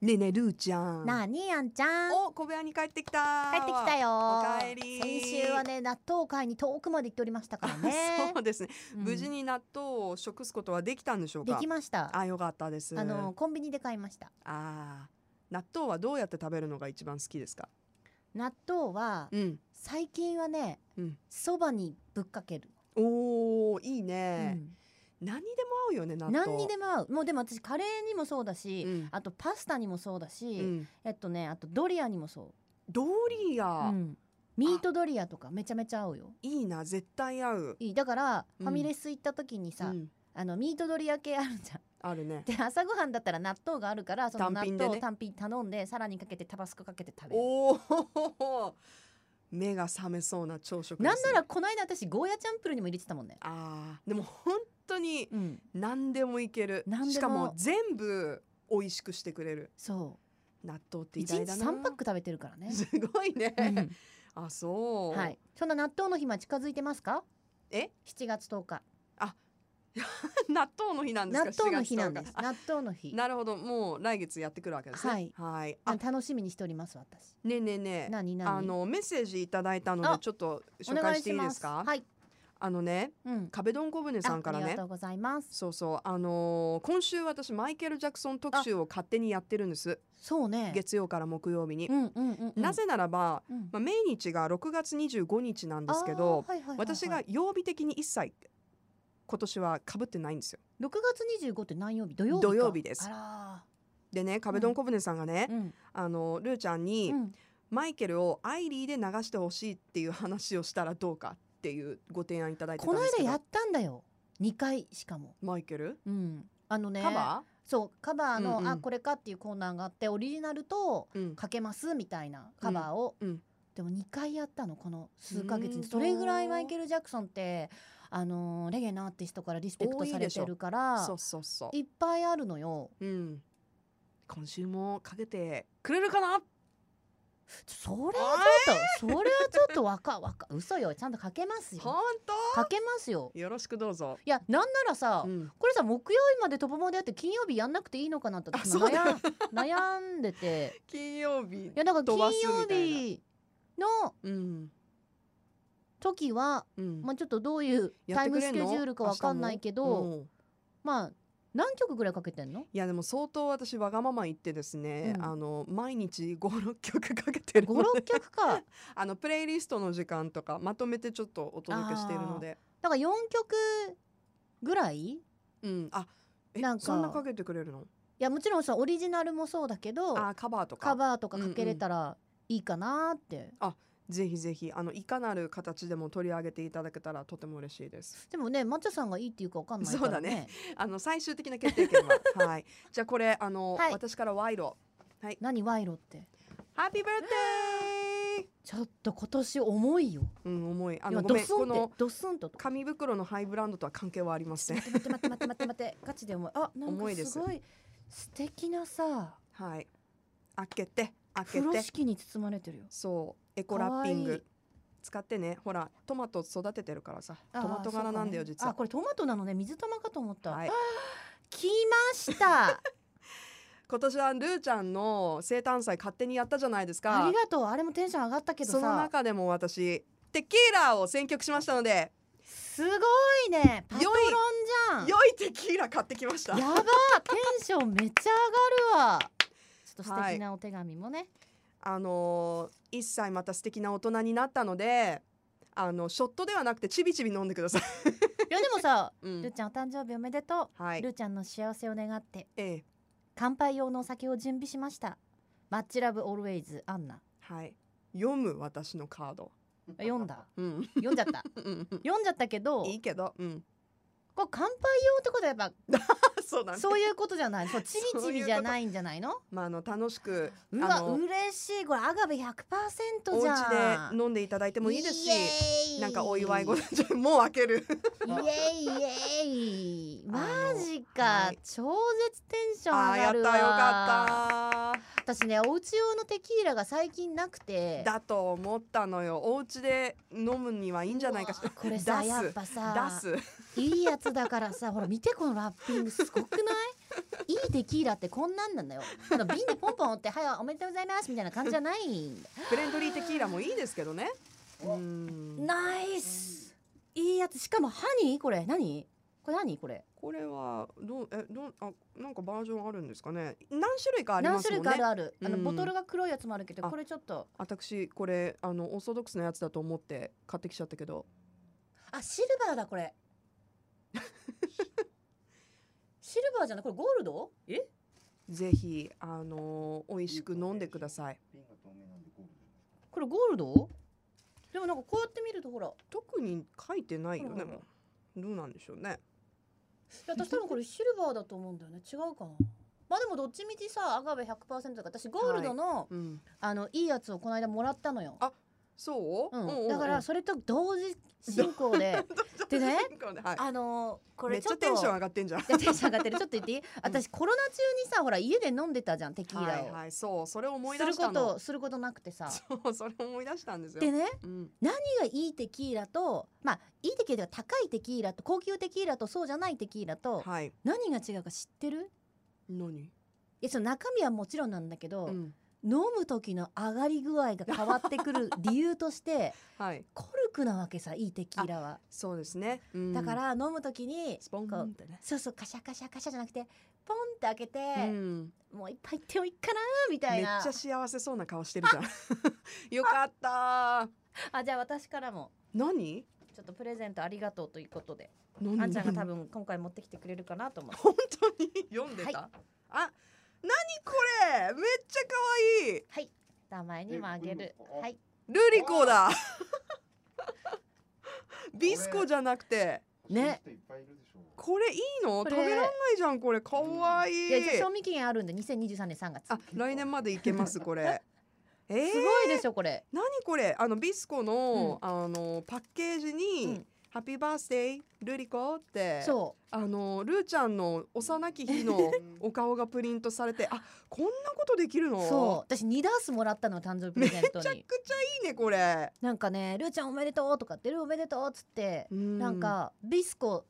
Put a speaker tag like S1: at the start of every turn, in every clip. S1: ねえねえルーちゃん
S2: なあにあんちゃん
S1: お小部屋に帰ってきた
S2: 帰ってきたよ
S1: おかえり
S2: 先週はね納豆を買いに遠くまで行っておりましたからね
S1: そうですね、
S2: うん
S1: 無事に納豆を食すことはできたんでしょう
S2: で
S1: か
S2: きましたあ
S1: あよかったです
S2: のコンビニで買いました
S1: あー納豆はどうやって食べるのが一番好きですか
S2: 納豆は
S1: うん
S2: 最近はね
S1: うん
S2: そば、にぶっかける、
S1: おーいいうね、
S2: ん
S1: 何にでも合うよね納豆
S2: 何にでも合うもうでも私カレーにもそうだし、
S1: うん
S2: あとパスタにもそうだし、
S1: うん
S2: えっとねあとドリアにもそ
S1: ドリ
S2: う、
S1: ア、
S2: うんミートドリアとかめちゃめちゃ合うよ
S1: いいな絶対合う
S2: いいだから
S1: う
S2: フ
S1: ん
S2: ァミレス行った時にさ、
S1: うん
S2: あのミートドリア系あるじゃん
S1: あるね
S2: で朝ごはんだったら納豆があるからその納
S1: 単品でね
S2: 豆を単品頼んでさらにかけてタバスコかけて食べる
S1: おお目が覚めそうな朝食ですね
S2: なんならこの間私ゴーヤチャンプルーにも入れてたもんね、
S1: あーでも本当に
S2: うん、
S1: 何でもいける
S2: 何でも
S1: しかも全部美味しくしてくれる
S2: そ
S1: 納豆って
S2: う
S1: 偉
S2: 一
S1: 大
S2: 日
S1: だな
S2: 3パック食べてるから ね、
S1: すごいね、
S2: うん
S1: あそう、
S2: はい、そんな納豆の日は近づいてますか
S1: え
S2: 7月10日
S1: 納豆の日なんです
S2: 納
S1: か
S2: 豆の日なんで
S1: 7
S2: す
S1: 月10日
S2: 納豆の日
S1: あなるほどもう来月やってくるわけですね
S2: はい
S1: あ
S2: あ楽しみにしております私
S1: ねえねえねえ
S2: 何何
S1: あのメッセージいただいたの
S2: あ
S1: でちょっと
S2: お
S1: 紹
S2: 願
S1: 介
S2: い
S1: して
S2: し
S1: いいで
S2: ますす
S1: か
S2: はい、
S1: あのね
S2: うん、
S1: 壁ドン小舟さんから
S2: ああり
S1: ね
S2: がとうございます
S1: そうそうあのー今週私マイケル・ジャクソン特集を勝手にやってるんです
S2: そうね
S1: 月曜から木曜日に
S2: う、んうんうんうん
S1: なぜならば、
S2: うん
S1: まあ、命日が6月25日なんですけど、
S2: あーはいはいはいはい
S1: 私が曜日的に一切今年は被ってないんですよ
S2: 6月25って何曜日土曜日か
S1: 土曜日です
S2: あ
S1: でね壁ドン小舟さんがね、
S2: らーうん
S1: あのルーちゃんに、
S2: うん
S1: マイケルをアイリーで流してほしいっていう話をしたらどうかっていうご提案いただいてた
S2: こ
S1: ん
S2: の
S1: ですけ
S2: 間
S1: ど
S2: やったんだよ2回しかも、
S1: マイケル
S2: うん、あのね
S1: カバ
S2: そうカバーの、
S1: うんうん
S2: あこれかっていうコーナーがあってオリジナルと
S1: ー、うん、
S2: かけますみたいなカバーを、
S1: うんうん
S2: でも2回やったのこの数ヶ月
S1: うーん
S2: に
S1: と
S2: それぐらいマイケル・ジャクソンってあのーレゲエのアーティストからリスペクトされてるか
S1: そ
S2: ら
S1: うそうそう
S2: いっぱいあるのよ
S1: うん、今週もかけてくれるかな
S2: それはちょっとそれはちょっとわかわか嘘よちゃんとかけますよ
S1: 本
S2: かけますよ
S1: 当よろしくどうぞ、
S2: いやなんならさ、
S1: うん、
S2: これさ木曜日までトップモでやって金曜日やんなくていいのかなって
S1: あ
S2: 私
S1: そうだ
S2: 悩ん悩んでて
S1: 金曜日
S2: いやだから金
S1: 飛ばすみ
S2: 曜
S1: たいな
S2: 日の
S1: うん
S2: 時は、
S1: うん
S2: まあ、ちょっとどういう
S1: やっ
S2: タイ
S1: てく
S2: ム
S1: れ
S2: ス
S1: ん
S2: ケジ
S1: の
S2: ュールかわかんない
S1: 明
S2: け
S1: 日
S2: ど、
S1: もうん
S2: まあ何曲ぐらいかけてんの
S1: いやでも相当私わがまま言ってですね、
S2: うん
S1: あの毎日56曲かけてるの
S2: 56
S1: で
S2: 曲か
S1: あのプレイリストの時間とかまとめてちょっとお届けしているので
S2: だから4曲ぐらいい
S1: うんあえ
S2: なんか
S1: そんなかけてくれるの
S2: やもちろんさオリジナルもそうだけど
S1: あカバーとか
S2: カバーとかかけれたらいいかなって、
S1: ぜひぜひあのいかなる形でも取り上げていただけたらとても嬉しいです
S2: でもね抹茶さんがいいっていうかわかんないからね
S1: あの最終的な決定権 ははいじゃあこれあの、
S2: はい
S1: 私から賄賂
S2: 何賄賂って
S1: ハッピーバースデー
S2: ちょっと今年重いよ
S1: うん重いあの
S2: 今
S1: ご
S2: ド
S1: めん
S2: スン
S1: こ
S2: って
S1: の
S2: ドスンと
S1: 紙袋のハイブランドとは関係はありませ ん
S2: 待って待って待って待って待ってガチで重いあなん
S1: 重いで
S2: か
S1: す
S2: すごい素敵なさ
S1: はい開けて開け
S2: 風呂
S1: て
S2: 敷に包まれてるよ
S1: そうエコラッピン
S2: かわいい
S1: グ使ってねほらトマト育ててるからさ
S2: あー
S1: トマト
S2: そ
S1: 柄
S2: うか
S1: なんだよ、
S2: ね
S1: 実は
S2: あこれトマトなのね水玉かと思った、
S1: はい
S2: 来ました
S1: 今年はルーちゃんの生誕祭勝手にやったじゃないですか
S2: ありがとうあれもテンション上がったけど
S1: その
S2: さ
S1: 中でも私テキーラを選曲しましたのです
S2: ごいねパトロンじ
S1: 良いテキーラ買ってきまし
S2: ゃ
S1: た
S2: んやばテンションめっちゃ上がるわちょっと素敵なお手紙もね、
S1: あのー、一歳また素敵な大人になったのであのショットではなくてちびちび飲んでください、
S2: い、やでもさ
S1: う
S2: ルー
S1: ん、
S2: ちゃんお誕生日おめでと
S1: は
S2: う
S1: い
S2: ルーちゃんの幸せを願って
S1: ええ
S2: 乾杯用のお酒を準備しましたマッチラブオルウェイズアンナ
S1: はい読む私のカード
S2: 読んだ
S1: うん
S2: 読んじゃった
S1: うん
S2: 読んじゃったけど
S1: いいけどうん
S2: こう乾杯用ってことはやっぱ
S1: そうなんだ
S2: そういうことじゃないそうちびちびじゃないんじゃないの
S1: まああの楽しく
S2: う
S1: あ
S2: わ
S1: の
S2: 嬉しいこれアガベ100%
S1: お
S2: じゃ
S1: 家
S2: ん
S1: で飲んでいただいてもいいです
S2: イ
S1: し
S2: エーイ
S1: なんかお祝いご もう開ける
S2: イエーイイエーイマジ
S1: あの
S2: か、
S1: はい
S2: 超絶テンション
S1: あー
S2: 上
S1: や
S2: が
S1: った
S2: る
S1: よ
S2: わ
S1: かった
S2: 私ねお家用のテキーラが最近なくて
S1: だと思ったのよお家で飲むにはいいんじゃないかし
S2: うわこれさ
S1: 出す
S2: やっぱ
S1: ら
S2: さ
S1: 出す
S2: いいやつだからさほら見てこのラッピングすごくないいいテキーラってこんなんなんだよあの瓶でポンポンって「はいおめでとうございます」みたいな感じじゃないんだ
S1: フレンドリーテキーラもいいですけどねうん
S2: ナイスいいやつしかもハニーこれ何これ何これ
S1: これはどうえどうあなんかバージョンあるんですかね何種類かありま
S2: 何
S1: す
S2: 種
S1: も
S2: 類
S1: ん
S2: かあ
S1: ね
S2: るある、あ
S1: う
S2: の
S1: ん
S2: ボトルが黒いやつもあるけど
S1: あ
S2: これちょっと
S1: 私これあのオーソドックスなやつだと思って買ってきちゃったけど
S2: あシルバーだこ れシルバーじゃないこれゴールドえ
S1: ぜひあの美味しく飲んでください
S3: 瓶が透明なんでゴールドですか
S2: これゴールドでもなんかこうやって見るとほらい
S1: 特に書いてないよね
S2: うん
S1: もうどうなんでしょうね
S2: や私多分これシルバーだと思うんだよね違うかなまあでもどっちみちさアガベ100%だから私ゴールドの、
S1: うん
S2: あのいいやつをこの間もらったのよ
S1: あそう
S2: うん
S1: おうおうおう
S2: だ からそれと同時進行ででね
S1: はい
S2: あのーこ
S1: め
S2: れ
S1: っ
S2: ち
S1: ち
S2: ょ
S1: ゃ
S2: っと
S1: テンション上がってんじゃん
S2: い やテンション上がってるちょっと言っていい私コロナ中にさほら家で飲んでたじゃんテキーラを、
S1: はいはいそうそれ思い
S2: す
S1: 出
S2: る
S1: し
S2: こ
S1: たの
S2: とすることなくてさ
S1: そうそれ思い出したんですよ
S2: でね
S1: うん
S2: 何がいいテキーラとまあいいテキーラでは高いテキーラと高級テキーラとそうじゃないテキーラと
S1: はい
S2: 何が違うか知ってる
S1: 何
S2: いやその中身はもちろんなんだけど、
S1: うん
S2: 飲む時の上がり具合が変わってくる理由として
S1: はい
S2: コルクなわけさいいテキーラは、
S1: そうですねうん
S2: だから飲む時に
S1: スポン
S2: こう
S1: ってね
S2: そうそうカシャカシャカシャじゃなくてポンって開けて、
S1: うん
S2: もう一杯いってもいいかなみた
S1: め
S2: い
S1: っ
S2: な
S1: ちゃ幸せそうな顔してる じゃんよかった
S2: あじゃあ私からも
S1: 何
S2: ちょっとプレゼントありがとうということで、
S1: 何
S2: あんちゃんが多
S1: 何
S2: 分今回持ってきてくれるかなと思って
S1: 本当に読んでた、
S2: は
S1: あ何これめっちゃ可愛い
S2: 名前にもあげる
S3: えこれも
S2: はい
S1: ルリコだ ビスコじゃなくて
S2: ね
S3: 欲しい人いっぱいいるでしょう。
S1: これいいの
S2: こ
S1: 食
S2: れ
S1: べらんないじゃんこれ可愛い
S2: いやじゃあ賞味期限あるんで2023年3月
S1: あ来年までいけますこれ えー、
S2: すごいでしょこれ、
S1: 何これあのビスコの、あのパッケージに、
S2: うん
S1: ハッピーバースデールリコって
S2: そ
S1: あのルーちゃんの幼き日 のお顔がプリントされてあこんなことできる
S2: う
S1: の
S2: そう私2ダースもらったの誕生日プレゼント
S1: めちゃ
S2: に
S1: くちゃいいねこれ、
S2: なんかね「ルーちゃんおめでとう」とかって「ルーおめでとう」っつって、
S1: う
S2: なんかビスコ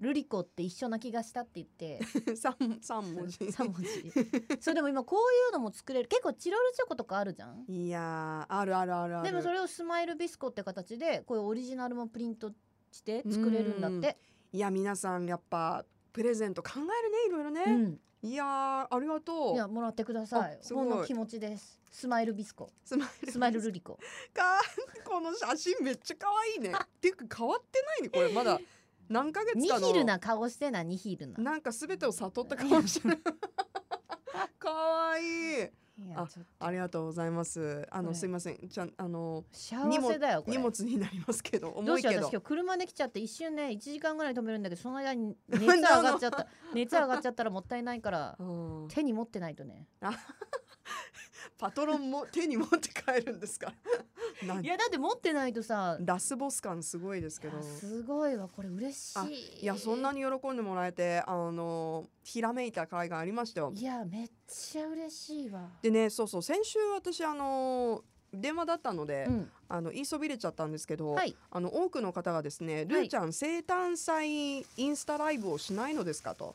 S2: ルリコって一緒な気がしたって言って
S1: 三三文字
S2: 3文字そうでも今こういうのも作れる結構チロルチョコとかあるじゃん
S1: いやーあるあるあるある
S2: でもそれをスマイルビスコって形でこういうオリジナルもプリントして作れるんだって
S1: いや皆さんやっぱプレゼント考えるねいろいろね
S2: う、ん、
S1: いやーありがとう
S2: いやもらってください
S1: あすご
S2: ほ
S1: い
S2: んの気持ちですスマイルビスコ
S1: スマイル
S2: スマイルルリコ
S1: かこの写真めっちゃ可愛い ねっていうか変わってないねこれまだ何ヶ
S2: ニ
S1: 月
S2: ヒ
S1: かの
S2: ルな顔してなニヒルな
S1: なんか全てを悟ったかもし れない可愛い
S2: いやちょっと
S1: ありがとうございますあ
S2: こ
S1: の
S2: れ
S1: すいませんじゃんあの
S2: 幸せだよこれ
S1: 荷物になりますけ ど
S2: ど
S1: 重
S2: う
S1: い
S2: しよう
S1: け
S2: 私
S1: ど
S2: 今日車で来ちゃって一瞬ね1時間ぐらい止めるんだけどその 間に熱上がっちゃった 熱上がっちゃったらもったいないから
S1: うん
S2: 手に持ってないとね
S1: パトロンも手に持って帰るんですか なん
S2: いやだって持ってないとさ
S1: ラスボス感すごいですけど
S2: いやすごいわこれ嬉し
S1: あ
S2: い
S1: いやそんなに喜んでもらえてあのひらめいた回がありましたよ
S2: いやめっちゃ嬉しいわ
S1: でねそうそう先週私あの電話だったので、
S2: うん
S1: あの言いそびれちゃったんですけど、
S2: はい
S1: あの多くの方がですね「ルーちゃん、生誕祭インスタライブをしないのですか?」 と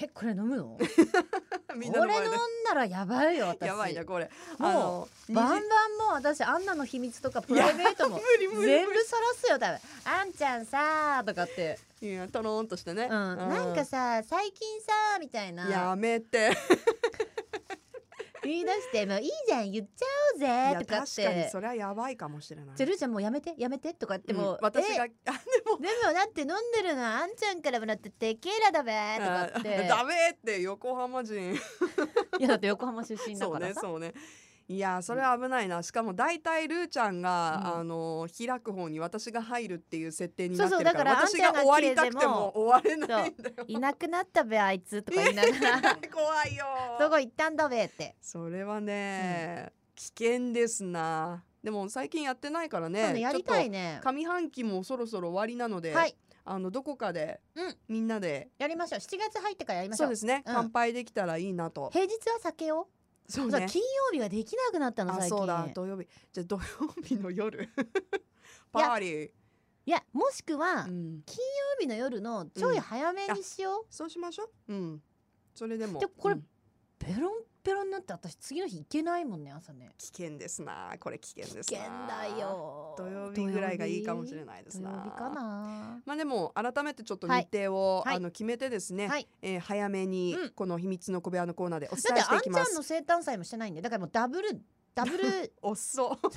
S2: えこれ飲むの
S1: みんな
S2: こ
S1: の
S2: れ
S1: 前
S2: 飲ん
S1: で
S2: だらやばいよ私
S1: やばいなこれあ
S2: も
S1: の
S2: うバンバン
S1: に
S2: もう私あんなの秘密とかプライベート も
S1: 無理無理
S2: 全
S1: 無
S2: 部さらすよ多分あんちゃんさーとかって、
S1: 理いやトローンとしてね、
S2: うん、なんかさ最近さーみたいな
S1: やめて
S2: 言い出してもういいじゃん言っちゃおう
S1: い
S2: ぜと
S1: や確
S2: か
S1: か
S2: っ
S1: に
S2: て
S1: それはやばいかもしれない
S2: じゃあるーちゃんもうやめてやめてとか言っても、
S1: うん私
S2: え
S1: があでも
S2: でもだって飲んでるのはあんちゃんからもらってテキーラだべーとか
S1: あ
S2: って
S1: ダメって横浜人
S2: いやだって横浜出身だ
S1: そう
S2: から
S1: ね
S2: さ、
S1: そうねいやーそれは危ないな、しかも大体ルーちゃんが、
S2: うん
S1: あのー開く方に私が入るっていう設定にな
S2: そう
S1: って
S2: そう
S1: るから
S2: だから
S1: 私が終わりたくても終われないんだよ
S2: いなくなったべあいつとか言いながら
S1: 怖いよー
S2: どこ行ったんだべって、
S1: それはね、危険ですなでも最近やってないから
S2: そう
S1: ね
S2: ねやりたいね
S1: 上半期もそろそろ終わりなので、
S2: はい
S1: あのどこかで、
S2: うん
S1: みんなで
S2: やりましょう7月入ってからやりまし
S1: そ
S2: ょ
S1: う
S2: う
S1: ですね、
S2: うん
S1: 乾杯できたらいいなと
S2: 平日は酒を、
S1: そう
S2: そう
S1: ね
S2: 金曜日はできなくなったの
S1: あ
S2: 最近
S1: そうだ土曜日じゃあ土曜日の 夜パーリ
S2: いやもしくは、
S1: ー、う
S2: 金
S1: ん、
S2: 曜日の夜のちょい早めにしよ
S1: そうしましょううんそれでも
S2: でこれ
S1: うん
S2: う、ペロンペロンになって私次の日行けないもんね朝ね
S1: 危険ですなこれ危険です
S2: 危険
S1: な
S2: だよ
S1: 土曜日ぐらいがいいかもしれ
S2: い
S1: ないで
S2: 土
S1: す
S2: 曜
S1: な
S2: 日かな
S1: まあでも改めてちょっと
S2: はい
S1: 日程を、
S2: はい
S1: あの決めてですね、
S2: はい
S1: えー早めに
S2: うん
S1: この秘密の小部屋のコーナーでお
S2: だ
S1: 伝
S2: っ
S1: え
S2: て
S1: して
S2: あ
S1: い
S2: ん
S1: き
S2: ち
S1: ま
S2: ゃん
S1: す
S2: の。生誕祭もしてないんでだからもうダ ブルダブル
S1: おっ そう。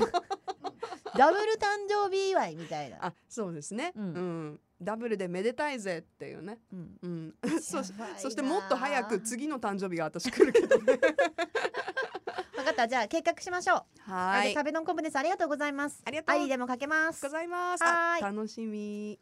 S2: ダブル誕生日祝いみたいな、
S1: あ、そうですね。う、
S2: うんん
S1: ダブルでめでたいぜっていうね。
S2: うん、
S1: うん。 そし
S2: やばいな
S1: そしてもっと早く次の誕生日が私来るけど ね。
S2: 分かったじゃあ計画しましょう
S1: は
S2: あ
S1: ー
S2: で
S1: い。
S2: 壁ドンコブですありがとうございます
S1: ありがと
S2: ア
S1: う
S2: イリーでもかけます
S1: ございます。あ
S2: はーい
S1: 楽しみ。